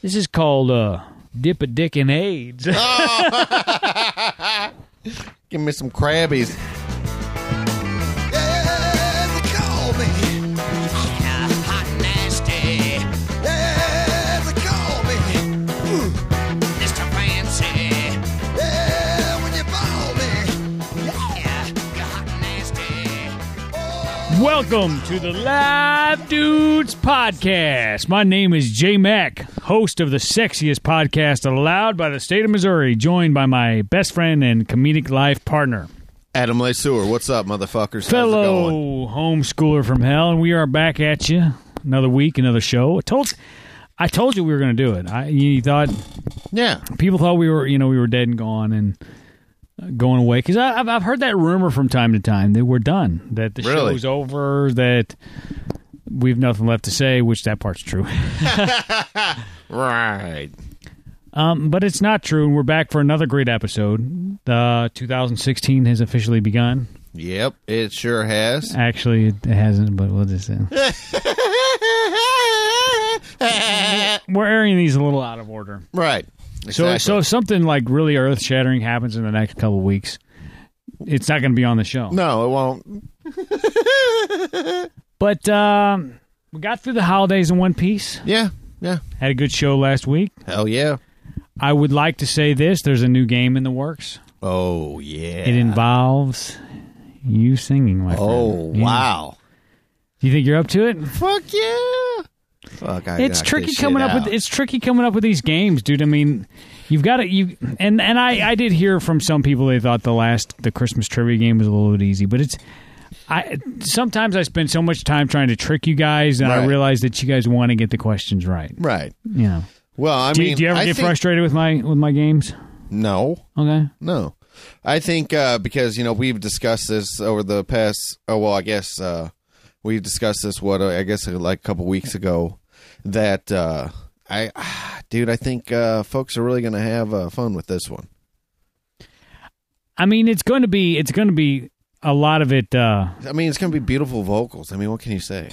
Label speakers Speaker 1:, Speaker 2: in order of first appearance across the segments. Speaker 1: This is called uh, Dip a Dick in AIDS.
Speaker 2: Give me some crabbies.
Speaker 3: Yeah, they call me. Yeah, hot nasty. Yeah, they call me. Ooh, Mr. Fancy. Yeah, when you ball me. Yeah, you're hot nasty. Oh.
Speaker 1: Welcome to the Live Dudes Podcast. My name is J Mack, host of the sexiest podcast allowed by the state of Missouri, joined by my best friend and comedic life partner,
Speaker 2: Adam Lesueur, what's up, motherfuckers? How's it going?
Speaker 1: fellow homeschooler from hell, and we are back at you another week, another show. I told, I told you we were going to do it. I, you thought
Speaker 2: Yeah.
Speaker 1: people thought we were, you know, we were dead and gone and uh, going away because I've I've heard that rumor from time to time that we're done, that the
Speaker 2: Really?
Speaker 1: show's over, that we've nothing left to say, which that part's true.
Speaker 2: Right.
Speaker 1: Um, but it's not true, and we're back for another great episode. Uh, 2016 has officially begun.
Speaker 2: Yep, it sure has.
Speaker 1: Actually, it hasn't, but we'll just. Uh, we're airing these a little out of order.
Speaker 2: right.
Speaker 1: So,
Speaker 2: Exactly.
Speaker 1: so if something like really earth shattering happens in the next couple of weeks, it's not going to be on the show.
Speaker 2: no, it won't.
Speaker 1: But um, we got through the holidays in one piece.
Speaker 2: Yeah, yeah.
Speaker 1: Had a good show last week.
Speaker 2: Hell yeah.
Speaker 1: I would like to say this: there's a new game in the works.
Speaker 2: Oh yeah.
Speaker 1: It involves you singing, my friend.
Speaker 2: oh
Speaker 1: Yeah.
Speaker 2: wow.
Speaker 1: Do you think you're up to it?
Speaker 2: Fuck yeah. Fuck. I
Speaker 1: it's
Speaker 2: knocked
Speaker 1: tricky
Speaker 2: this
Speaker 1: coming
Speaker 2: shit
Speaker 1: up
Speaker 2: out.
Speaker 1: with it's tricky coming up with these games, dude. I mean, you've got to you and and I I did hear from some people they thought the last the Christmas trivia game was a little bit easy, but it's I sometimes I spend so much time trying to trick you guys and I
Speaker 2: Right.
Speaker 1: realize that you guys want to get the questions right.
Speaker 2: Right.
Speaker 1: You know.
Speaker 2: Well, I
Speaker 1: Do, you-
Speaker 2: mean,
Speaker 1: do you ever
Speaker 2: I
Speaker 1: get
Speaker 2: think-
Speaker 1: frustrated with my with my games?
Speaker 2: No.
Speaker 1: Okay.
Speaker 2: No. I think uh, because, you know, we've discussed this over the past, oh, well, I guess uh, we discussed this, what, uh, I guess uh, like a couple weeks ago, that uh, I, ah, dude, I think uh, folks are really going to have uh, fun with this one.
Speaker 1: I mean, it's going to be it's going to be a lot of it uh
Speaker 2: I mean, it's going to be beautiful vocals. I mean, what can you say?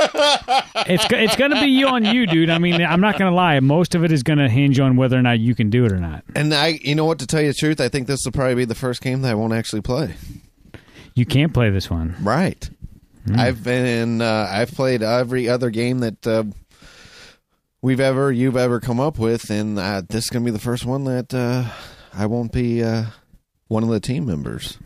Speaker 1: it's go- it's going to be you on you, dude. I mean, I'm not going to lie. Most of it is going to hinge on whether or not you can do it or not.
Speaker 2: And I, you know what, to tell you the truth, I think this will probably be the first game that I won't actually play.
Speaker 1: You can't play this one.
Speaker 2: Right.
Speaker 1: Hmm.
Speaker 2: I've been, uh, I've played every other game that. Uh, we've ever you've ever come up with, and uh, this is gonna be the first one that uh, I won't be uh, one of the team members.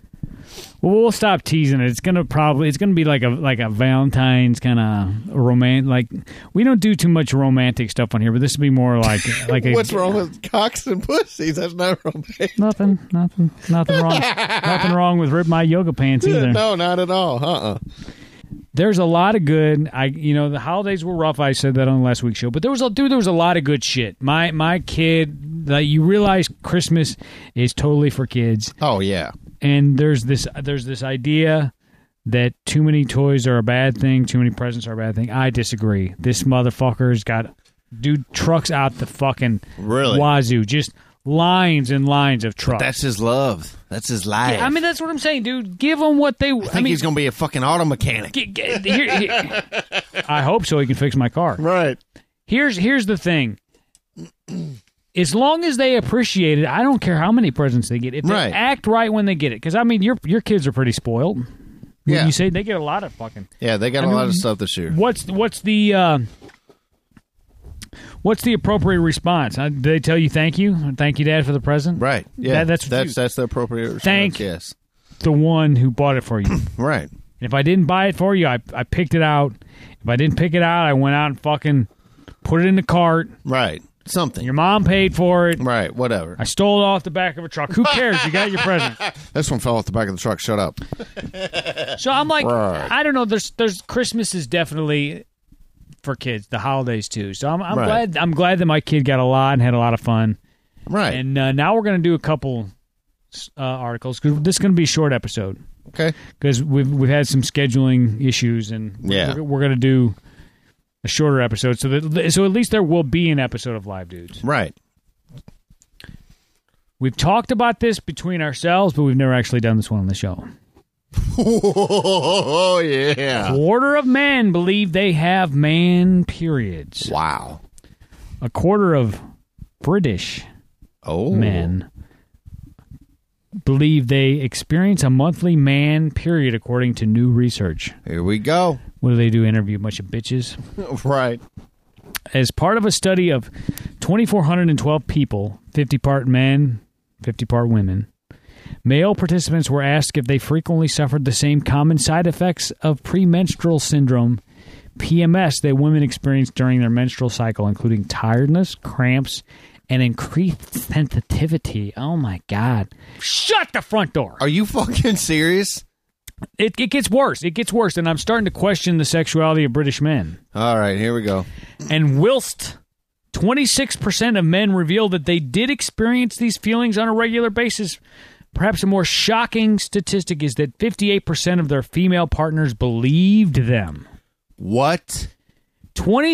Speaker 1: Well, we'll stop teasing it. It's gonna probably it's gonna be like a like a Valentine's kind of romance. Like we don't do too much romantic stuff on here, but this would be more like like a,
Speaker 2: What's wrong with cocks and pussies? That's not romantic.
Speaker 1: Nothing, nothing, nothing wrong, nothing wrong with rip my yoga pants either.
Speaker 2: No, not at all. Uh uh
Speaker 1: There's a lot of good. I you know the holidays were rough. I said that on last week's show, but there was a dude. There was a lot of good shit. My my kid, like you realize Christmas is totally for kids.
Speaker 2: Oh yeah.
Speaker 1: and there's this there's this idea that too many toys are a bad thing, too many presents are a bad thing. I disagree. This motherfucker's got dude trucks out the fucking
Speaker 2: Really?
Speaker 1: wazoo, just lines and lines of trucks.
Speaker 2: his love. That's his life.
Speaker 1: I mean, that's what I'm saying, dude. Give them what they. I,
Speaker 2: I think
Speaker 1: mean,
Speaker 2: he's gonna be a fucking auto mechanic.
Speaker 1: g- g- here- here- I hope so. He can fix my car.
Speaker 2: Right.
Speaker 1: Here's here's the thing. As long as they appreciate it, I don't care how many presents they get. If they
Speaker 2: Right.
Speaker 1: act right when they get it, because I mean, your your kids are pretty spoiled. Wouldn't
Speaker 2: Yeah.
Speaker 1: you say they get a lot of fucking.
Speaker 2: Yeah, they got a
Speaker 1: mean,
Speaker 2: lot of stuff this year.
Speaker 1: What's what's the uh, what's the appropriate response? Uh, do they tell you thank you, thank you, Dad, for the present?
Speaker 2: Right. Yeah.
Speaker 1: That- that's
Speaker 2: that's that's the appropriate response.
Speaker 1: Thank-
Speaker 2: Yes.
Speaker 1: the one who bought it for you. and
Speaker 2: Right.
Speaker 1: if I didn't buy it for you, I I picked it out. If I didn't pick it out, I went out and fucking put it in the cart.
Speaker 2: Right. Something.
Speaker 1: Your mom paid for it.
Speaker 2: Right. Whatever.
Speaker 1: I stole it off the back of a truck. Who cares? You got your present.
Speaker 2: This one fell off the back of the truck. Shut up.
Speaker 1: So I'm like,
Speaker 2: Right.
Speaker 1: I don't know. There's there's Christmas is definitely for kids. The holidays too. So I'm, I'm
Speaker 2: Right.
Speaker 1: glad I'm glad that my kid got a lot and had a lot of fun.
Speaker 2: Right.
Speaker 1: And uh, now we're going to do a couple uh, articles because this is going to be a short episode
Speaker 2: okay.
Speaker 1: because we've we've had some scheduling issues and we're-
Speaker 2: Yeah.
Speaker 1: we're, going to do a shorter episode so that so at least there will be an episode of Live Dudes.
Speaker 2: Right.
Speaker 1: We've talked about this between ourselves, but we've never actually done this one on the show.
Speaker 2: Oh yeah.
Speaker 1: Quarter of men believe they have man periods.
Speaker 2: Wow.
Speaker 1: a quarter of British
Speaker 2: Oh
Speaker 1: men believe they experience a monthly man period according to new research.
Speaker 2: Here we go.
Speaker 1: What do they do? Interview a bunch of bitches?
Speaker 2: right.
Speaker 1: As part of a study of 2,412 people, 50 part men, 50 part women, male participants were asked if they frequently suffered the same common side effects of premenstrual syndrome, PMS, that women experience during their menstrual cycle, including tiredness, cramps, and increased sensitivity. Oh my God. Shut the front door.
Speaker 2: Are you fucking serious?
Speaker 1: It, it gets worse. It gets worse. And I'm starting to question the sexuality of British men.
Speaker 2: All right, here we go.
Speaker 1: And whilst 26% of men revealed that they did experience these feelings on a regular basis, perhaps a more shocking statistic is that 58% of their female partners believed them.
Speaker 2: What?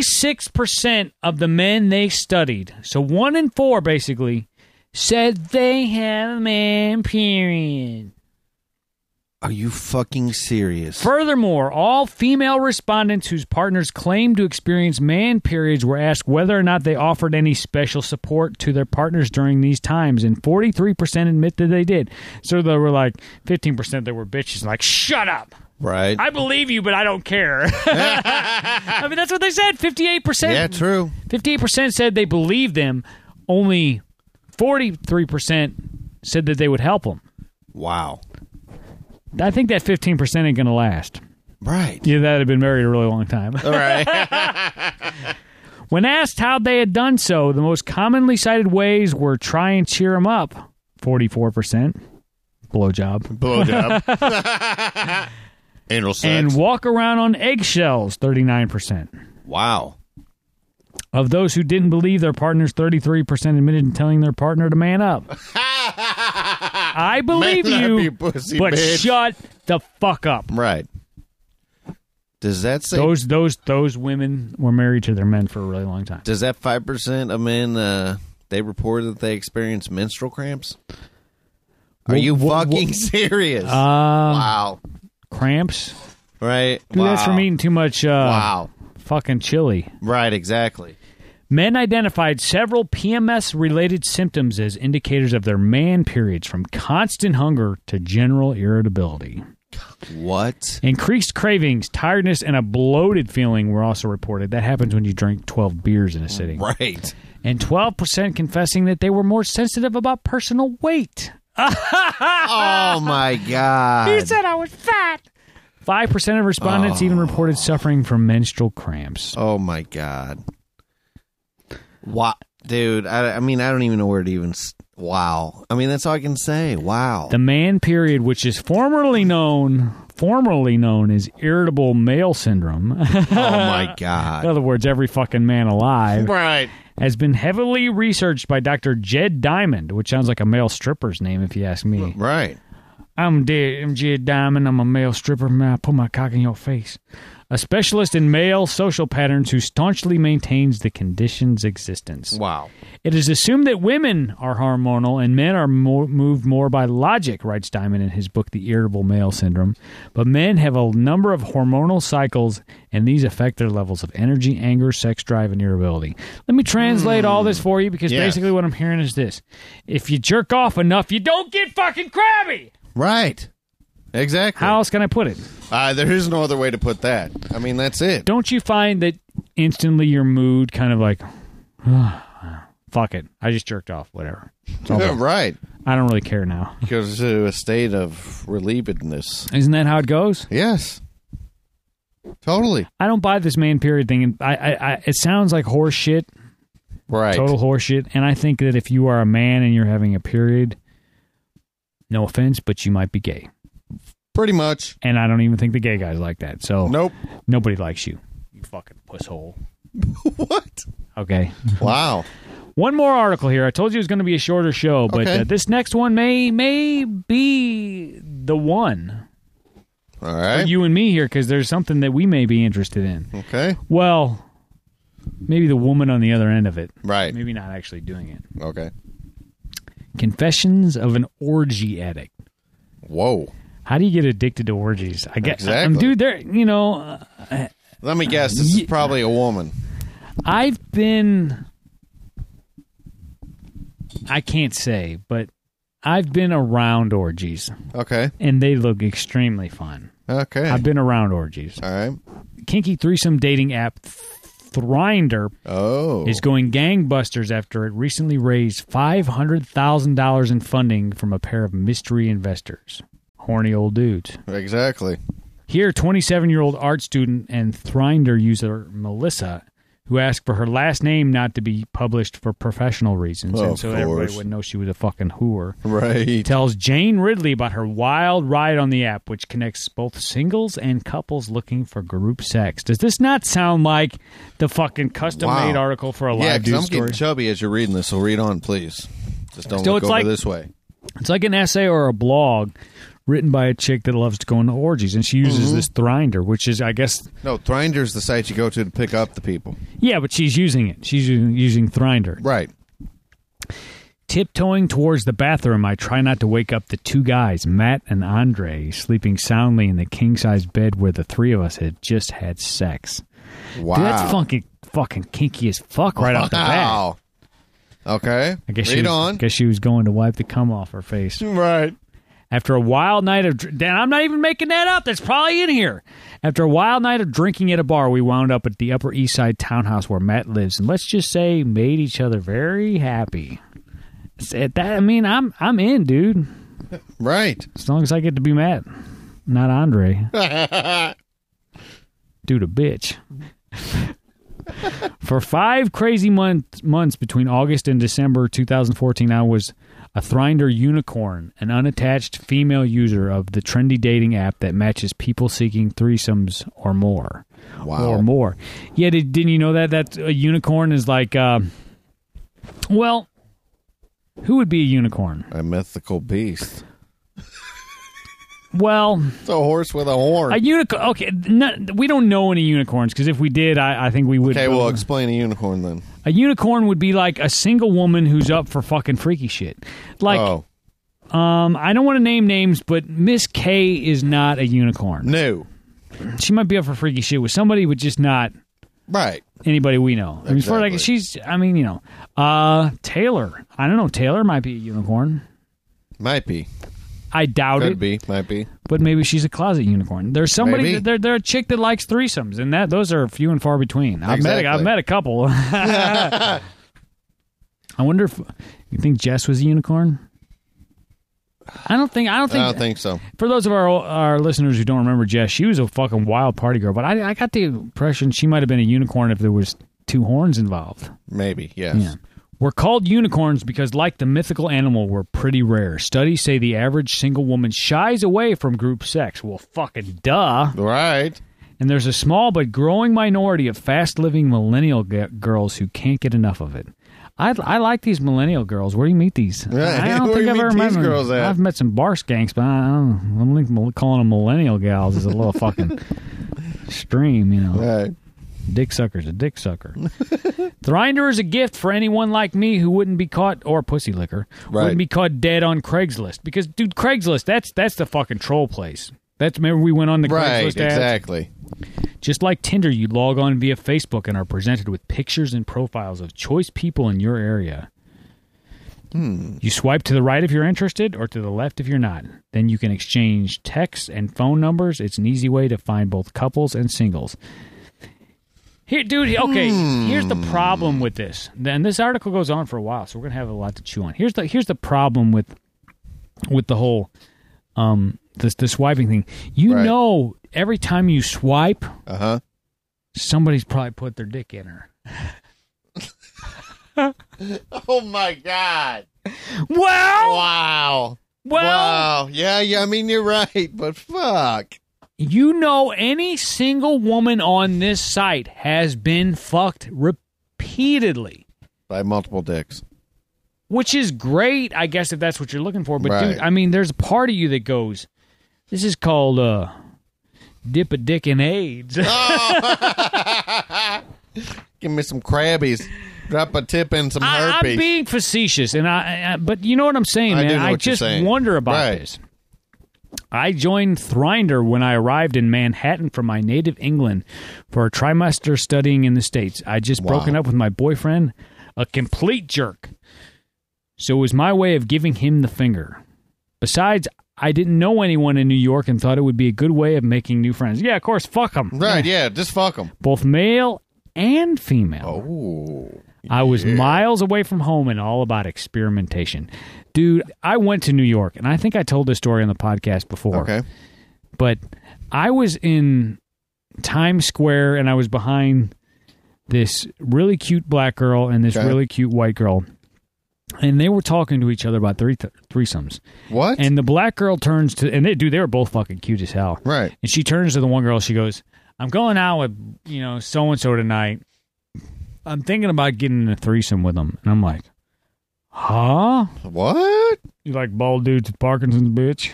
Speaker 1: 26% of the men they studied, so one in four basically, said they had a man period.
Speaker 2: Are you fucking serious?
Speaker 1: Furthermore, all female respondents whose partners claimed to experience man periods were asked whether or not they offered any special support to their partners during these times, and 43% admit that they did. So there were like 15% that were bitches, like, shut up.
Speaker 2: right.
Speaker 1: I believe you, but I don't care. I mean, that's what they said. 58%.
Speaker 2: yeah, true.
Speaker 1: 58% said they believed them, only 43% said that they would help them.
Speaker 2: Wow.
Speaker 1: I think that 15% ain't going to last.
Speaker 2: Right.
Speaker 1: Yeah, that had been married a really long time.
Speaker 2: All right.
Speaker 1: When asked how they had done so, the most commonly cited ways were try and cheer him up, 44%, blowjob,
Speaker 2: Blowjob. Anal sex.
Speaker 1: and walk around on eggshells, 39%.
Speaker 2: wow.
Speaker 1: Of those who didn't believe their partners, 33% admitted to telling their partner to man up. I believe
Speaker 2: Man up,
Speaker 1: you,
Speaker 2: you pussy
Speaker 1: but
Speaker 2: bitch.
Speaker 1: shut the fuck up.
Speaker 2: Right. Does that say?
Speaker 1: Those those those women were married to their men for a really long time.
Speaker 2: does that five percent of men uh, they report that they experience menstrual cramps?
Speaker 1: Wha-
Speaker 2: Are you
Speaker 1: wha- wha-
Speaker 2: fucking serious?
Speaker 1: Um,
Speaker 2: wow.
Speaker 1: Cramps?
Speaker 2: Right.
Speaker 1: Dude,
Speaker 2: wow.
Speaker 1: that's from eating too much uh,
Speaker 2: Wow.
Speaker 1: fucking chili.
Speaker 2: Right. Exactly.
Speaker 1: Men identified several PMS related symptoms as indicators of their man periods, from constant hunger to general irritability.
Speaker 2: What?
Speaker 1: Increased cravings, tiredness, and a bloated feeling were also reported. That happens when you drink 12 beers in a sitting.
Speaker 2: Right.
Speaker 1: And 12% confessing that they were more sensitive about personal weight.
Speaker 2: Oh my god.
Speaker 1: He said I was fat. 5% of respondents even reported suffering from menstrual cramps.
Speaker 2: Oh my god. Wow, dude. I, I mean, I don't even know where to even. s- Wow. I mean, that's all I can say. Wow.
Speaker 1: The man period, which is formerly known formerly known as irritable male syndrome.
Speaker 2: oh my
Speaker 1: In
Speaker 2: god.
Speaker 1: other words, every fucking man alive
Speaker 2: Right.
Speaker 1: has been heavily researched by Dr. Jed Diamond, which sounds like a male stripper's name if you ask me.
Speaker 2: Right.
Speaker 1: I'm dead. I'm Jed Diamond. I'm a male stripper. Man, I put my cock in your face. A specialist in male social patterns who staunchly maintains the condition's existence.
Speaker 2: Wow.
Speaker 1: It is assumed that women are hormonal and men are more, moved more by logic, writes Diamond in his book, The Irritable Male Syndrome. But men have a number of hormonal cycles, and these affect their levels of energy, anger, sex drive, and irritability. Let me translate all this for you because
Speaker 2: Hmm. Yes.
Speaker 1: basically what I'm hearing is this if you jerk off enough, you don't get fucking crabby.
Speaker 2: Right. Exactly.
Speaker 1: How else can I put it?
Speaker 2: Uh, there is no other way to put that. I mean, that's it.
Speaker 1: Don't you find that instantly your mood kind of like, fuck it, I just jerked off, whatever. It's all good.
Speaker 2: right.
Speaker 1: I don't really care now.
Speaker 2: Goes to a state of relievedness.
Speaker 1: Isn't that how it goes?
Speaker 2: Yes. Totally.
Speaker 1: I don't buy this man period thing. And I, I, I it sounds like horse shit,
Speaker 2: Right.
Speaker 1: total horse shit. And I think that if you are a man and you're having a period, no offense, but you might be gay.
Speaker 2: Pretty much.
Speaker 1: And I don't even think the gay guys like that. So
Speaker 2: Nope.
Speaker 1: nobody likes you. You fucking pusshole.
Speaker 2: what?
Speaker 1: Okay.
Speaker 2: Wow.
Speaker 1: One more article here. I told you it was going to be a shorter show, but
Speaker 2: Okay.
Speaker 1: uh, this next one may may be the one
Speaker 2: All
Speaker 1: for
Speaker 2: right.
Speaker 1: you and me here because there's something that we may be interested in.
Speaker 2: okay.
Speaker 1: Well, maybe the woman on the other end of it.
Speaker 2: Right.
Speaker 1: Maybe not actually doing it.
Speaker 2: Okay.
Speaker 1: Confessions of an orgy addict.
Speaker 2: Whoa.
Speaker 1: How do you get addicted to orgies? I guess,
Speaker 2: Exactly.
Speaker 1: I'm, dude. There, you know, uh,
Speaker 2: Let me guess. This is probably a woman.
Speaker 1: I've been I can't say, but I've been around orgies
Speaker 2: Okay.
Speaker 1: and they look extremely fun.
Speaker 2: Okay.
Speaker 1: I've been around orgies.
Speaker 2: All right.
Speaker 1: Kinky threesome dating app Thrinder
Speaker 2: Oh.
Speaker 1: is going gangbusters after it recently raised $500,000 in funding from a pair of mystery investors. Horny old dudes.
Speaker 2: exactly.
Speaker 1: Here, 27 year old art student and Thrinder user Melissa, who asked for her last name not to be published for professional reasons,
Speaker 2: Well,
Speaker 1: and
Speaker 2: of
Speaker 1: so everybody
Speaker 2: course.
Speaker 1: would know she was a fucking whore,
Speaker 2: Right.
Speaker 1: tells Jane Ridley about her wild ride on the app, which connects both singles and couples looking for group sex. Does this not sound like the fucking custom made
Speaker 2: Wow.
Speaker 1: article for a
Speaker 2: Yeah,
Speaker 1: live
Speaker 2: because I'm
Speaker 1: news story?
Speaker 2: getting chubby as you're reading this, so read on, please. Just don't
Speaker 1: So
Speaker 2: look
Speaker 1: it's
Speaker 2: over
Speaker 1: like-
Speaker 2: this way.
Speaker 1: It's like an essay or a blog written by a chick that loves to go into orgies, and she uses
Speaker 2: Mm-hmm.
Speaker 1: this Thrinder, which is, I guess,
Speaker 2: No, Thrinder's the site you go to to pick up the people.
Speaker 1: yeah, but she's using it. She's using, using Thrinder.
Speaker 2: Right.
Speaker 1: Tiptoeing towards the bathroom, I try not to wake up the two guys, Matt and Andre, sleeping soundly in the king size bed where the three of us had just had sex.
Speaker 2: Wow.
Speaker 1: Dude, that's fucking fucking kinky as fuck right off the bat.
Speaker 2: Wow. Okay.
Speaker 1: I guess she
Speaker 2: read
Speaker 1: was,
Speaker 2: on.
Speaker 1: guess she was going to wipe the cum off her face.
Speaker 2: Right.
Speaker 1: After a wild night of, dr- Dan, I'm not even making that up. That's probably in here. After a wild night of drinking at a bar, we wound up at the Upper East Side townhouse where Matt lives, and let's just say, made each other very happy. Said that, I mean, I'm I'm in, dude.
Speaker 2: Right.
Speaker 1: As long as I get to be Matt, not Andre. Dude, a bitch. For five crazy month, months between August and December 2014, I was a Thrinder unicorn, an unattached female user of the trendy dating app that matches people seeking threesomes or more.
Speaker 2: Wow.
Speaker 1: Or more. Yeah, did, didn't you know that? That a unicorn is like, uh, well, who would be a unicorn?
Speaker 2: A mythical beast.
Speaker 1: Well,
Speaker 2: It's a horse with a horn.
Speaker 1: A unicorn. Okay, not, we don't know any unicorns because if we did, I, I think we would.
Speaker 2: okay, well, explain a unicorn then.
Speaker 1: a unicorn would be like a single woman who's up for fucking freaky shit. Like,
Speaker 2: oh.
Speaker 1: um, I don't want to name names, but Miss K is not a unicorn.
Speaker 2: No.
Speaker 1: She might be up for freaky shit with somebody, but just not
Speaker 2: Right.
Speaker 1: anybody we know. I mean, as far as I can-
Speaker 2: Exactly.
Speaker 1: she's. I mean, you know, uh, Taylor. I don't know. Taylor might be a unicorn.
Speaker 2: Might be.
Speaker 1: I doubt
Speaker 2: Could
Speaker 1: it,
Speaker 2: be. Might be.
Speaker 1: but maybe she's a closet unicorn. There's somebody.
Speaker 2: Maybe.
Speaker 1: There, there are a chick that likes threesomes, and that those are few and far between. I've met.
Speaker 2: Exactly.
Speaker 1: A, I've met a couple. I wonder if you think Jess was a unicorn. I don't think. I don't
Speaker 2: I
Speaker 1: think.
Speaker 2: don't think so.
Speaker 1: for those of our our listeners who don't remember Jess, she was a fucking wild party girl. But I, I got the impression she might have been a unicorn if there was two horns involved.
Speaker 2: Maybe. Yes.
Speaker 1: Yeah. We're called unicorns because, like the mythical animal, we're pretty rare. Studies say the average single woman shies away from group sex. Well, fucking duh.
Speaker 2: Right.
Speaker 1: And there's a small but growing minority of fast living millennial g- girls who can't get enough of it. I, I like these millennial girls. Where do you meet these?
Speaker 2: Yeah,
Speaker 1: I don't
Speaker 2: where
Speaker 1: think
Speaker 2: you
Speaker 1: I've
Speaker 2: meet
Speaker 1: ever
Speaker 2: these
Speaker 1: met them.
Speaker 2: girls at?
Speaker 1: I've met some bar skanks, but I don't, I don't think calling them millennial gals is a little fucking stream, you know.
Speaker 2: Right.
Speaker 1: Dick sucker's a dick sucker. Thrinder is a gift for anyone like me who wouldn't be caught or pussy liquor
Speaker 2: Right.
Speaker 1: wouldn't be caught dead on Craigslist because dude, Craigslist that's that's the fucking troll place. That's remember we went on the
Speaker 2: Right.
Speaker 1: Craigslist ads?
Speaker 2: Exactly.
Speaker 1: Just like Tinder, you log on via Facebook and are presented with pictures and profiles of choice people in your area. You swipe to the right if you're interested or to the left if you're not. Then you can exchange texts and phone numbers. It's an easy way to find both couples and singles. Here, dude, okay, here's the problem with this. And this article goes on for a while, so we're going to have a lot to chew on. Here's the here's the problem with with the whole um this the swiping thing. You
Speaker 2: Right.
Speaker 1: know every time you swipe
Speaker 2: Uh huh.
Speaker 1: somebody's probably put their dick in her.
Speaker 2: Oh my God.
Speaker 1: Well,
Speaker 2: Wow.
Speaker 1: Oh. well,
Speaker 2: wow. Yeah, yeah. I mean, you're right, but fuck.
Speaker 1: you know, any single woman on this site has been fucked repeatedly,
Speaker 2: By multiple dicks.
Speaker 1: which is great, I guess, if that's what you're looking for. But dude,
Speaker 2: Right.
Speaker 1: I mean, there's a part of you that goes, "This is called uh, dip a dick in AIDS."
Speaker 2: Give me some crabbies. Drop a tip in some
Speaker 1: I,
Speaker 2: herpes.
Speaker 1: am being facetious, and I, I but you know what I'm saying,
Speaker 2: I do
Speaker 1: man.
Speaker 2: know
Speaker 1: I
Speaker 2: what you're
Speaker 1: just
Speaker 2: saying.
Speaker 1: wonder about
Speaker 2: Right.
Speaker 1: this. I joined Thrinder when I arrived in Manhattan from my native England for a trimester studying in the States. I just broken up with my boyfriend, a complete jerk. So it was my way of giving him the finger. Besides, I didn't know anyone in New York and thought it would be a good way of making new friends. Yeah, of course, fuck them.
Speaker 2: Right, yeah, just fuck them.
Speaker 1: Both male and female.
Speaker 2: Oh.
Speaker 1: I was miles away from home and all about experimentation. Dude, I went to New York, and I think I told this story on the podcast before
Speaker 2: Okay.
Speaker 1: but I was in Times Square and I was behind this really cute black girl and this
Speaker 2: Okay.
Speaker 1: really cute white girl. And they were talking to each other about three threesomes.
Speaker 2: What?
Speaker 1: And the black girl turns to, and they, dude, they were both fucking cute as hell.
Speaker 2: right.
Speaker 1: And she turns to the one girl. She goes, "I'm going out with you know so and so tonight. I'm thinking about getting in a threesome with them." And I'm like, "Huh?
Speaker 2: What?
Speaker 1: You like bald dudes with Parkinson's, bitch?"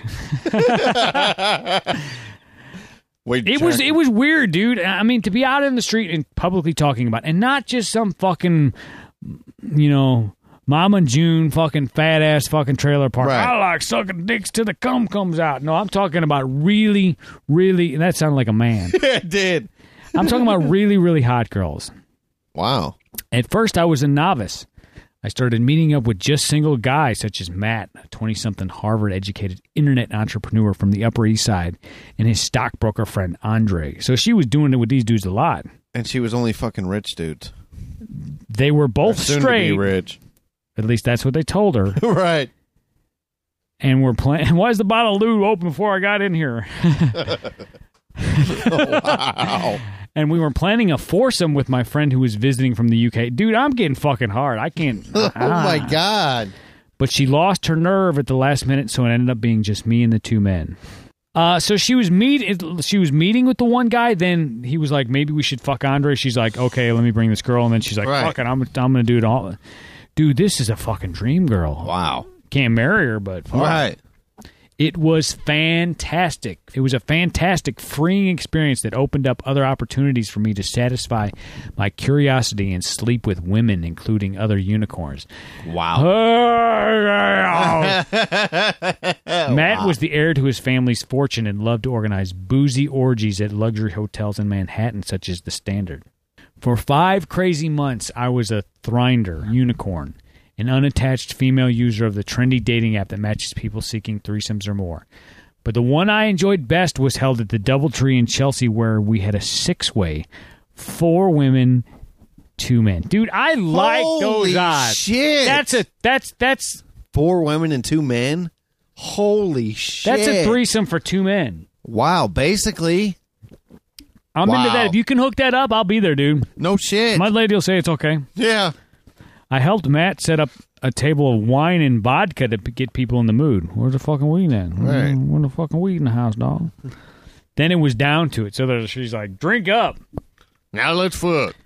Speaker 2: Wait,
Speaker 1: It was
Speaker 2: Jack-
Speaker 1: it was weird, dude. I mean, to be out in the street and publicly talking about, and not just some fucking, you know, mom and June fucking fat ass fucking trailer park.
Speaker 2: Right.
Speaker 1: I like sucking dicks till the cum comes out. No, I'm talking about really, really. And that sounded like a man.
Speaker 2: it did.
Speaker 1: I'm talking about really, really hot girls.
Speaker 2: Wow.
Speaker 1: At first, I was a novice. I started meeting up with just single guys such as Matt, a 20 something Harvard educated internet entrepreneur from the Upper East Side, and his stockbroker friend Andre. So she was doing it with these dudes a lot.
Speaker 2: And she was only fucking rich dudes.
Speaker 1: They were
Speaker 2: Or
Speaker 1: both
Speaker 2: soon to be
Speaker 1: straight.
Speaker 2: rich.
Speaker 1: At least that's what they told her.
Speaker 2: right.
Speaker 1: And we're playing. Why is the bottle of lube open before I got in here?
Speaker 2: Wow.
Speaker 1: And we were planning a foursome with my friend who was visiting from the UK. Dude, I'm getting fucking hard. I can't.
Speaker 2: oh my
Speaker 1: Ah.
Speaker 2: god.
Speaker 1: but she lost her nerve at the last minute, so it ended up being just me and the two men. Uh, so she was meet she was meeting with the one guy. Then he was like, maybe we should fuck Andre. She's like, okay, let me bring this girl, and then she's like,
Speaker 2: Right.
Speaker 1: fuck it, I'm I'm gonna do it all. Dude, this is a fucking dream girl.
Speaker 2: Wow.
Speaker 1: Can't marry her, but fuck.
Speaker 2: Right.
Speaker 1: It was fantastic. It was a fantastic, freeing experience that opened up other opportunities for me to satisfy my curiosity and sleep with women, including other unicorns.
Speaker 2: Wow.
Speaker 1: Matt was the heir to his family's fortune and loved to organize boozy orgies at luxury hotels in Manhattan, such as the Standard. For five crazy months, I was a thrinder unicorn, an unattached female user of the trendy dating app that matches people seeking threesomes or more. But the one I enjoyed best was held at the Doubletree in Chelsea, where we had a six-way, four women, two men. Dude, I like
Speaker 2: Holy
Speaker 1: those odds.
Speaker 2: shit.
Speaker 1: That's a that's that's
Speaker 2: Four women and two men. Holy shit.
Speaker 1: that's a threesome for two men.
Speaker 2: Wow, basically.
Speaker 1: I'm into
Speaker 2: Wow.
Speaker 1: that. If you can hook that up, I'll be there, dude.
Speaker 2: No shit.
Speaker 1: My lady will say it's okay.
Speaker 2: yeah.
Speaker 1: I helped Matt set up a table of wine and vodka to p- get people in the mood. Where's the fucking weed at?
Speaker 2: Right.
Speaker 1: Where the fucking weed in the house, dog? then it was down to it. So there, she's like, drink up.
Speaker 2: Now let's fuck.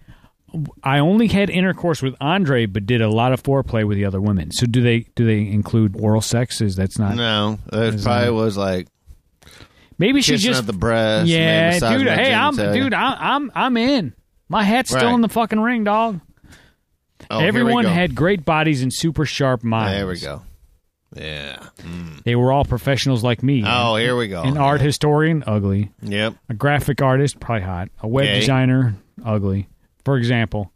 Speaker 1: I only had intercourse with Andre, but did a lot of foreplay with the other women. So do they do they include oral sex? Is that's not
Speaker 2: No, that probably was like
Speaker 1: maybe she
Speaker 2: kissing
Speaker 1: just
Speaker 2: at the breast.
Speaker 1: yeah,
Speaker 2: maybe massaging
Speaker 1: dude.
Speaker 2: her
Speaker 1: Hey, I'm
Speaker 2: genitalia.
Speaker 1: dude. I, I'm I'm in. My hat's still
Speaker 2: Right.
Speaker 1: in the fucking ring, dog.
Speaker 2: Oh, here we
Speaker 1: Everyone
Speaker 2: go.
Speaker 1: had great bodies and super sharp minds.
Speaker 2: There we go. Yeah.
Speaker 1: They were all professionals like me.
Speaker 2: Oh, here we go.
Speaker 1: an art historian, ugly.
Speaker 2: Yep.
Speaker 1: A graphic artist, probably hot. A web
Speaker 2: Okay.
Speaker 1: designer, ugly. For example,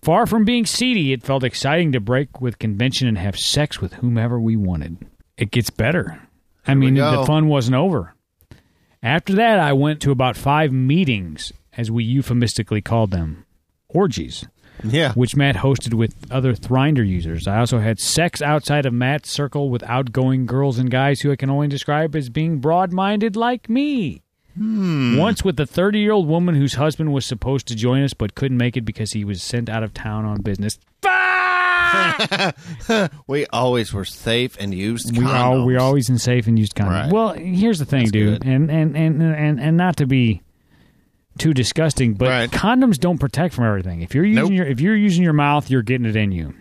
Speaker 1: far from being seedy, it felt exciting to break with convention and have sex with whomever we wanted. It gets better. I mean,
Speaker 2: go.
Speaker 1: the fun wasn't over. After that, I went to about five meetings, as we euphemistically called them orgies
Speaker 2: Yeah.
Speaker 1: which Matt hosted with other Thrinder users. I also had sex outside of Matt's circle with outgoing girls and guys who I can only describe as being broad minded like me. Once with a 30 year old woman whose husband was supposed to join us but couldn't make it because he was sent out of town on business.
Speaker 2: We always were safe and used.
Speaker 1: We all,
Speaker 2: condoms.
Speaker 1: we always in safe and used condoms.
Speaker 2: Right.
Speaker 1: Well, here's the thing, dude,
Speaker 2: good.
Speaker 1: and, and and and and not to be too disgusting, but
Speaker 2: Right.
Speaker 1: condoms don't protect from everything. If you're using
Speaker 2: Nope.
Speaker 1: your if you're using your mouth, you're getting it in you.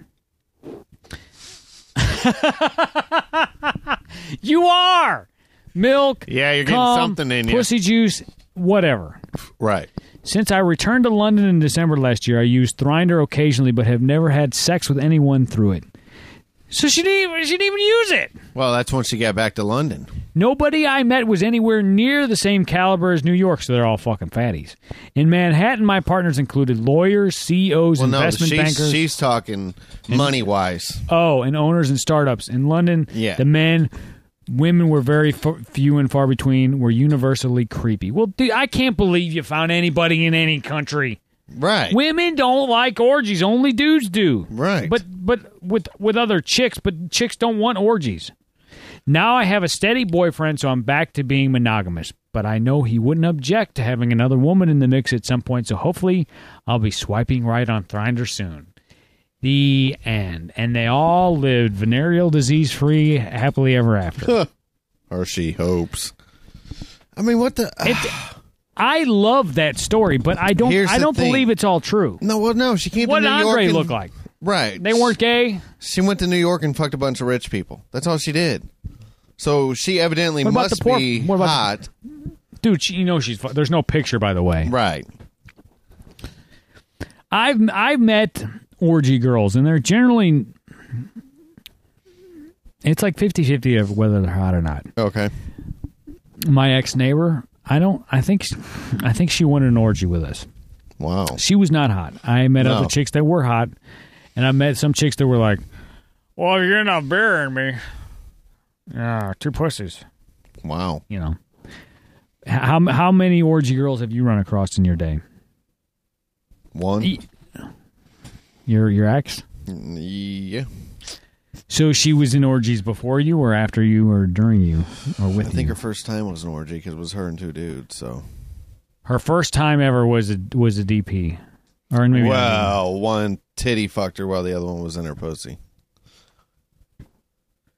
Speaker 1: you are milk.
Speaker 2: Yeah, you're getting
Speaker 1: cum,
Speaker 2: something in you.
Speaker 1: Pussy juice, whatever.
Speaker 2: Right.
Speaker 1: Since I returned to London in December last year, I used Thrinder occasionally, but have never had sex with anyone through it. So she didn't, she didn't even use it.
Speaker 2: Well, that's when she got back to London.
Speaker 1: Nobody I met was anywhere near the same caliber as New York, so they're all fucking fatties. In Manhattan, my partners included lawyers, CEOs,
Speaker 2: Well, no,
Speaker 1: investment
Speaker 2: she's
Speaker 1: bankers.
Speaker 2: she's talking money wise.
Speaker 1: Oh, and owners and startups in London.
Speaker 2: Yeah.
Speaker 1: the men, women were very f- few and far between. Were universally creepy. Well, dude, I can't believe you found anybody in any country.
Speaker 2: Right.
Speaker 1: Women don't like orgies; only dudes do.
Speaker 2: Right.
Speaker 1: But but with with other chicks, but chicks don't want orgies. Now I have a steady boyfriend, so I'm back to being monogamous. But I know he wouldn't object to having another woman in the mix at some point, so hopefully I'll be swiping right on Thrinder soon. The end. And they all lived venereal disease free, happily ever after.
Speaker 2: or she hopes. I mean, what the?
Speaker 1: I love that story, but I don't
Speaker 2: Here's
Speaker 1: I
Speaker 2: the
Speaker 1: don't
Speaker 2: thing.
Speaker 1: believe it's all true.
Speaker 2: no, well, no, she came
Speaker 1: What
Speaker 2: to
Speaker 1: did
Speaker 2: New York.
Speaker 1: Andre
Speaker 2: and-
Speaker 1: look like?
Speaker 2: Right.
Speaker 1: They weren't gay.
Speaker 2: She went to New York and fucked a bunch of rich people. That's all she did. So she evidently
Speaker 1: What about
Speaker 2: must
Speaker 1: the poor-
Speaker 2: be
Speaker 1: what about the-
Speaker 2: hot.
Speaker 1: Dude, she, you know she's fu- there's no picture by the way.
Speaker 2: right.
Speaker 1: I've I've met orgy girls, and they're generally it's like 50-50 of whether they're hot or not.
Speaker 2: Okay.
Speaker 1: My ex neighbor, I don't. I think I think she wanted an orgy with us.
Speaker 2: Wow.
Speaker 1: She was not hot. I met
Speaker 2: No.
Speaker 1: other chicks that were hot, and I met some chicks that were like, "Well, you're not burying me." Yeah, two pussies.
Speaker 2: Wow.
Speaker 1: You know. How how many orgy girls have you run across in your day?
Speaker 2: One.
Speaker 1: E- Your your ex?
Speaker 2: yeah.
Speaker 1: So she was in orgies before you, or after you, or during you, or with
Speaker 2: I think
Speaker 1: you.
Speaker 2: her first time was an orgy because it was her and two dudes. So.
Speaker 1: Her first time ever was a was a DP, or maybe not.
Speaker 2: Well, one titty fucked her while the other one was in her pussy.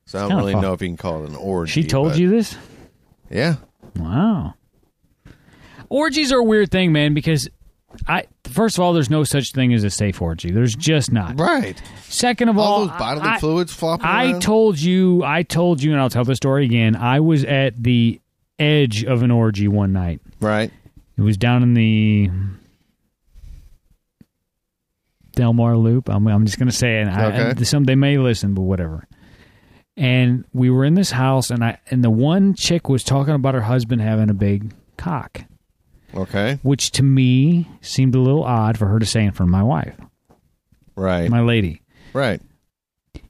Speaker 2: So I don't
Speaker 1: kinda
Speaker 2: really
Speaker 1: fucked.
Speaker 2: know if you can call it an orgy.
Speaker 1: She told
Speaker 2: but-
Speaker 1: you this?
Speaker 2: Yeah.
Speaker 1: Wow. Orgies are a weird thing, man, because I first of all, there's no such thing as a safe orgy. There's just not.
Speaker 2: Right.
Speaker 1: Second of all,
Speaker 2: All those bodily
Speaker 1: I,
Speaker 2: fluids flopping
Speaker 1: I
Speaker 2: around.
Speaker 1: told you, I told you, and I'll tell the story again. I was at the edge of an orgy one night.
Speaker 2: right.
Speaker 1: It was down in the Delmar Loop. I'm, I'm just going to say it. I,
Speaker 2: Okay.
Speaker 1: some they may listen, but whatever. And we were in this house, and I and the one chick was talking about her husband having a big cock,
Speaker 2: Okay.
Speaker 1: which to me seemed a little odd for her to say in front of my wife,
Speaker 2: Right.
Speaker 1: my lady.
Speaker 2: right.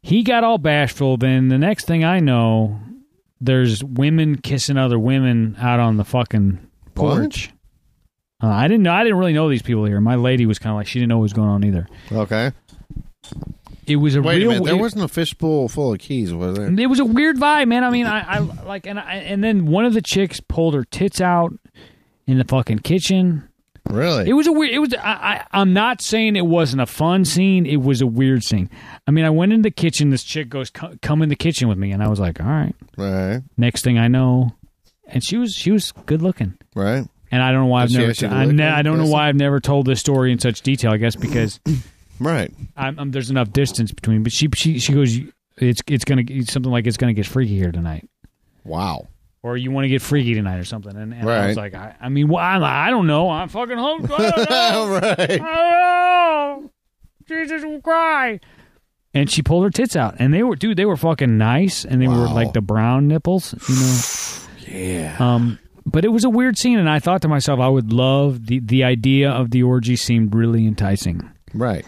Speaker 1: he got all bashful. Then the next thing I know, there's women kissing other women out on the fucking porch. Uh, I didn't know. I didn't really know these people here. My lady was kind of like she didn't know what was going on either.
Speaker 2: Okay.
Speaker 1: It was a
Speaker 2: Wait
Speaker 1: real.
Speaker 2: a minute. There
Speaker 1: it,
Speaker 2: wasn't a fishbowl full of keys, was there?
Speaker 1: it was a weird vibe, man. I mean, I, I like and I, and then one of the chicks pulled her tits out in the fucking kitchen.
Speaker 2: Really?
Speaker 1: It was a weird. It was. I, I, I'm not saying it wasn't a fun scene. It was a weird scene. I mean, I went in the kitchen. This chick goes, "Co- "Come in the kitchen with me," and I was like, "All right."
Speaker 2: right.
Speaker 1: Next thing I know, and she was she was good looking.
Speaker 2: Right.
Speaker 1: And I don't know why
Speaker 2: Did she
Speaker 1: I've
Speaker 2: actually
Speaker 1: never I,
Speaker 2: look
Speaker 1: ne-
Speaker 2: good
Speaker 1: I don't know
Speaker 2: looking?
Speaker 1: why I've never told this story in such detail. I guess because
Speaker 2: Right.
Speaker 1: I'm, i there's enough distance between. But she she she goes, it's it's gonna it's something like it's gonna get freaky here tonight,
Speaker 2: Wow.
Speaker 1: or you want to get freaky tonight or something. And, and I was
Speaker 2: Right.
Speaker 1: like, I, I mean, well, I'm, I don't know. I'm fucking home.
Speaker 2: right.
Speaker 1: Oh, Jesus will cry. And she pulled her tits out, and they were, dude, they were fucking nice, and they were
Speaker 2: Wow.
Speaker 1: like the brown nipples, you know. yeah. Um, but it was a weird scene, and I thought to myself, I would love the the idea of the orgy seemed really enticing
Speaker 2: Right.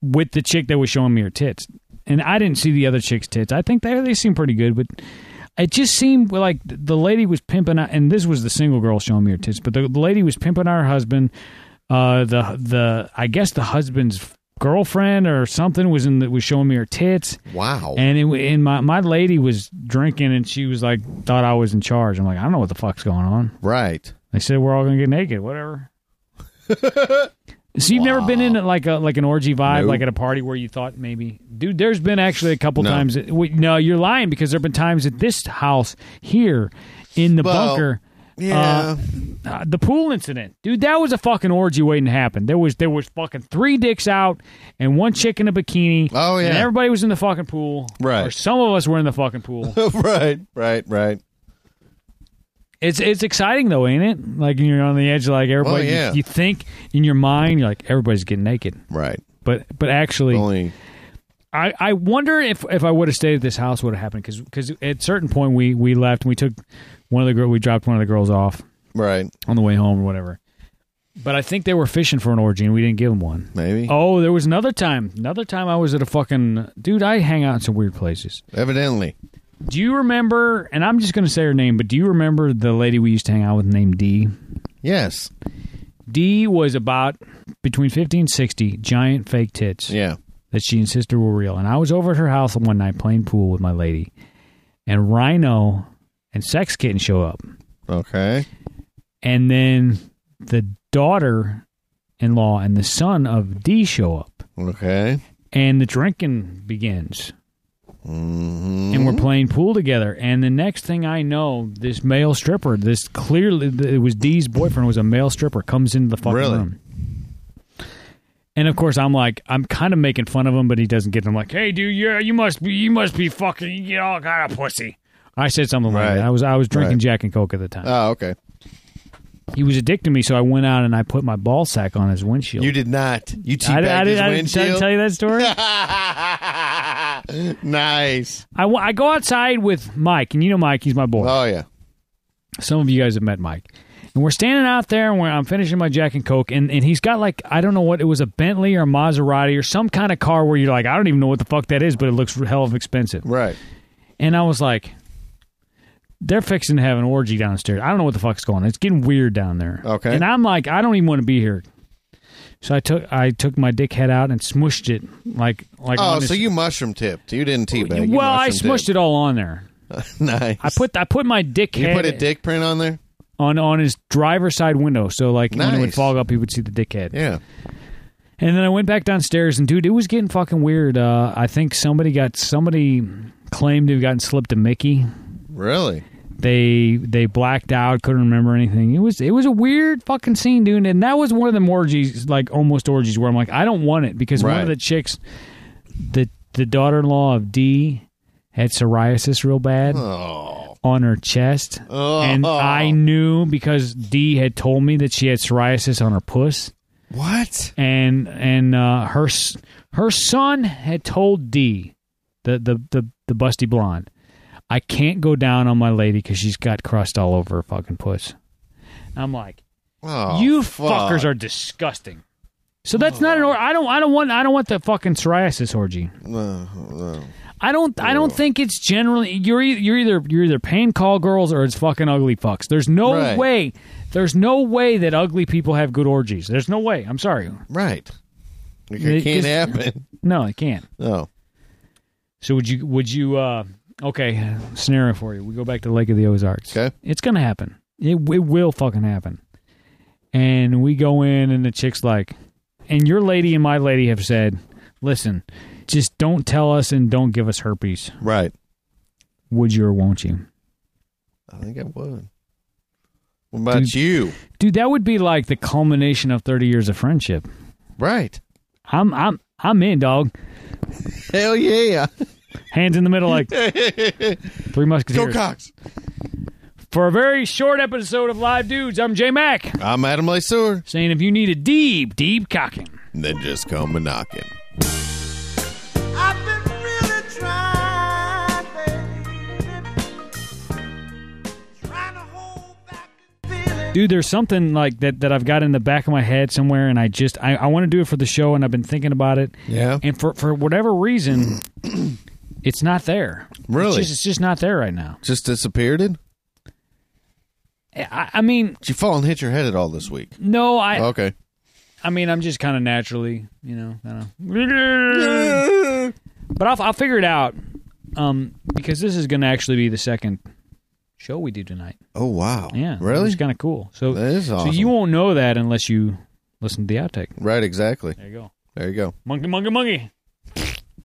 Speaker 1: with the chick that was showing me her tits, and I didn't see the other chick's tits. I think they they seemed pretty good, but it just seemed like th- the lady was pimping out, and this was the single girl showing me her tits, but the, the lady was pimping out her husband. Uh, the the I guess the husband's girlfriend or something was in the, was showing me her tits,
Speaker 2: Wow.
Speaker 1: and it, wa- and my my lady was drinking, and she was like thought I was in charge. I'm like I don't know what the fuck's going on.
Speaker 2: right.
Speaker 1: They said we're all gonna get naked, whatever. so you've never been in like a like an orgy vibe,
Speaker 2: Nope.
Speaker 1: like at a party where you thought maybe, dude. There's been actually a couple
Speaker 2: No.
Speaker 1: times. That, wait, no, you're lying because there've been times at this house here in the
Speaker 2: Well,
Speaker 1: bunker.
Speaker 2: Yeah.
Speaker 1: Uh, the pool incident, dude. That was a fucking orgy waiting to happen. There was there was fucking three dicks out and one chick in a bikini.
Speaker 2: Oh, yeah.
Speaker 1: and everybody was in the fucking pool.
Speaker 2: Right.
Speaker 1: or some of us were in the fucking pool.
Speaker 2: right. Right. Right.
Speaker 1: It's it's exciting though, ain't it? Like you're on the edge, like everybody.
Speaker 2: Oh, yeah.
Speaker 1: you, you think in your mind, you're like everybody's getting naked,
Speaker 2: Right.
Speaker 1: but but actually,
Speaker 2: Only
Speaker 1: I, I wonder if, if I would have stayed at this house would have happened because at certain point we we left and we took one of the girl we dropped one of the girls off
Speaker 2: Right.
Speaker 1: on the way home or whatever. But I think they were fishing for an orgy and we didn't give them one.
Speaker 2: Maybe.
Speaker 1: Oh, there was another time. Another time I was at a fucking dude. I hang out in some weird places.
Speaker 2: Evidently.
Speaker 1: Do you remember? And I'm just going to say her name, but do you remember the lady we used to hang out with named D?
Speaker 2: Yes.
Speaker 1: D was about between 50 and 60, giant fake tits
Speaker 2: Yeah.
Speaker 1: that she insisted were real. And I was over at her house one night playing pool with my lady, and Rhino and Sex Kitten show up.
Speaker 2: Okay.
Speaker 1: And then the daughter in law and the son of D show up,
Speaker 2: Okay.
Speaker 1: and the drinking begins.
Speaker 2: hmm
Speaker 1: and we're playing pool together. And the next thing I know, this male stripper, this clearly it was Dee's boyfriend, was a male stripper, comes into the fucking
Speaker 2: Really?
Speaker 1: room. And of course, I'm like, I'm kind of making fun of him, but he doesn't get it. I'm like, hey, dude, yeah, you must be, you must be fucking, you get all kind of pussy. I said something like
Speaker 2: Right.
Speaker 1: that. I was, I was drinking
Speaker 2: Right.
Speaker 1: Jack and Coke at the time.
Speaker 2: Oh, okay.
Speaker 1: he was addicted to me, so I went out and I put my ball sack on his windshield.
Speaker 2: You did not. You
Speaker 1: I,
Speaker 2: teabagged
Speaker 1: I, I, I,
Speaker 2: his
Speaker 1: didn't
Speaker 2: windshield.
Speaker 1: tell you that story.
Speaker 2: nice.
Speaker 1: I, wa- I go outside with Mike, and you know Mike, he's my boy.
Speaker 2: Oh yeah.
Speaker 1: Some of you guys have met Mike. And we're standing out there and we're, I'm finishing my Jack and Coke. And, and he's got like, I don't know what, it was a Bentley or a Maserati or some kind of car where you're like, I don't even know what the fuck that is, but it looks hell of expensive.
Speaker 2: Right.
Speaker 1: And I was like, they're fixing to have an orgy downstairs. I don't know what the fuck's going on. It's getting weird down there.
Speaker 2: Okay.
Speaker 1: And I'm like, I don't even want to be here. So I took I took my dick head out and smushed it like like
Speaker 2: Oh,
Speaker 1: on
Speaker 2: so
Speaker 1: his-
Speaker 2: you mushroom tipped. You didn't teabag.
Speaker 1: Oh, well I smushed it all on there.
Speaker 2: nice.
Speaker 1: I put I put my dick
Speaker 2: You
Speaker 1: head
Speaker 2: put a dick print on there.
Speaker 1: on on his driver's side window. So like when it would
Speaker 2: Nice.
Speaker 1: fog up, he would see the dickhead.
Speaker 2: Yeah.
Speaker 1: And then I went back downstairs, and dude, it was getting fucking weird. Uh, I think somebody got somebody claimed to have gotten slipped a Mickey.
Speaker 2: Really.
Speaker 1: They they blacked out, couldn't remember anything. It was it was a weird fucking scene, dude. And that was one of the orgies, like almost orgies, where I'm like, I don't want it because one of
Speaker 2: Right.
Speaker 1: the chicks, the the daughter in law of D, had psoriasis real bad
Speaker 2: Oh.
Speaker 1: on her chest.
Speaker 2: Oh.
Speaker 1: And I knew because Dee had told me that she had psoriasis on her puss,
Speaker 2: Oh. What?
Speaker 1: and and uh, her s- her son had told Dee, the the the, the busty blonde, I can't go down on my lady because she's got crust all over her fucking puss. I'm like,
Speaker 2: Oh,
Speaker 1: you
Speaker 2: fuck. Oh.
Speaker 1: fuckers are disgusting. So that's not an or. I don't. I don't want. I don't want the fucking psoriasis orgy.
Speaker 2: No, no.
Speaker 1: I don't. I don't think it's generally you're either, you're either you're either pain call girls or it's fucking ugly fucks. There's no
Speaker 2: Right.
Speaker 1: way. There's no way that ugly people have good orgies. There's no way. I'm sorry.
Speaker 2: Right.
Speaker 1: It
Speaker 2: It can't
Speaker 1: just-
Speaker 2: happen. Oh,
Speaker 1: No, it can't.
Speaker 2: No.
Speaker 1: So would you? Would you? uh Okay, scenario for you. We go back to Lake of the Ozarks.
Speaker 2: Okay.
Speaker 1: It's gonna happen. It it will fucking happen. And we go in, and the chick's like, and your lady and my lady have said, listen, just don't tell us and don't give us herpes.
Speaker 2: Right.
Speaker 1: Would you or won't you?
Speaker 2: I think I would. What about
Speaker 1: Dude.
Speaker 2: you?
Speaker 1: Dude, that would be like the culmination of 30 years of friendship.
Speaker 2: Right.
Speaker 1: I'm I'm I'm in, dog.
Speaker 2: Hell yeah.
Speaker 1: Hands in the middle like three
Speaker 2: Go
Speaker 1: musketeers.
Speaker 2: Cox.
Speaker 1: For a very short episode of Live Dudes, I'm J Mac
Speaker 2: I'm Adam Lesueur.
Speaker 1: saying if you need a deep, deep cocking.
Speaker 2: Then just come a knocking.
Speaker 3: I've been really trying, baby. Trying to hold back this feeling.
Speaker 1: Dude, there's something like that that I've got in the back of my head somewhere and I just I, I want to do it for the show and I've been thinking about it.
Speaker 2: Yeah.
Speaker 1: And for, for whatever reason, it's not there.
Speaker 2: Really?
Speaker 1: It's just, it's just not there right now.
Speaker 2: Just disappeared it?
Speaker 1: I, I mean,
Speaker 2: Did you fall and hit your head at all this week?
Speaker 1: no, I
Speaker 2: Okay.
Speaker 1: I mean, I'm just kind of naturally, you know, kind of. But I'll, I'll figure it out um, because this is going to actually be the second show we do tonight.
Speaker 2: Oh wow.
Speaker 1: Yeah,
Speaker 2: Really?
Speaker 1: It's kind of cool. So
Speaker 2: That is awesome.
Speaker 1: so you won't know that unless you listen to the outtake.
Speaker 2: Right, exactly.
Speaker 1: There you go.
Speaker 2: There you go.
Speaker 1: Monkey, monkey, monkey.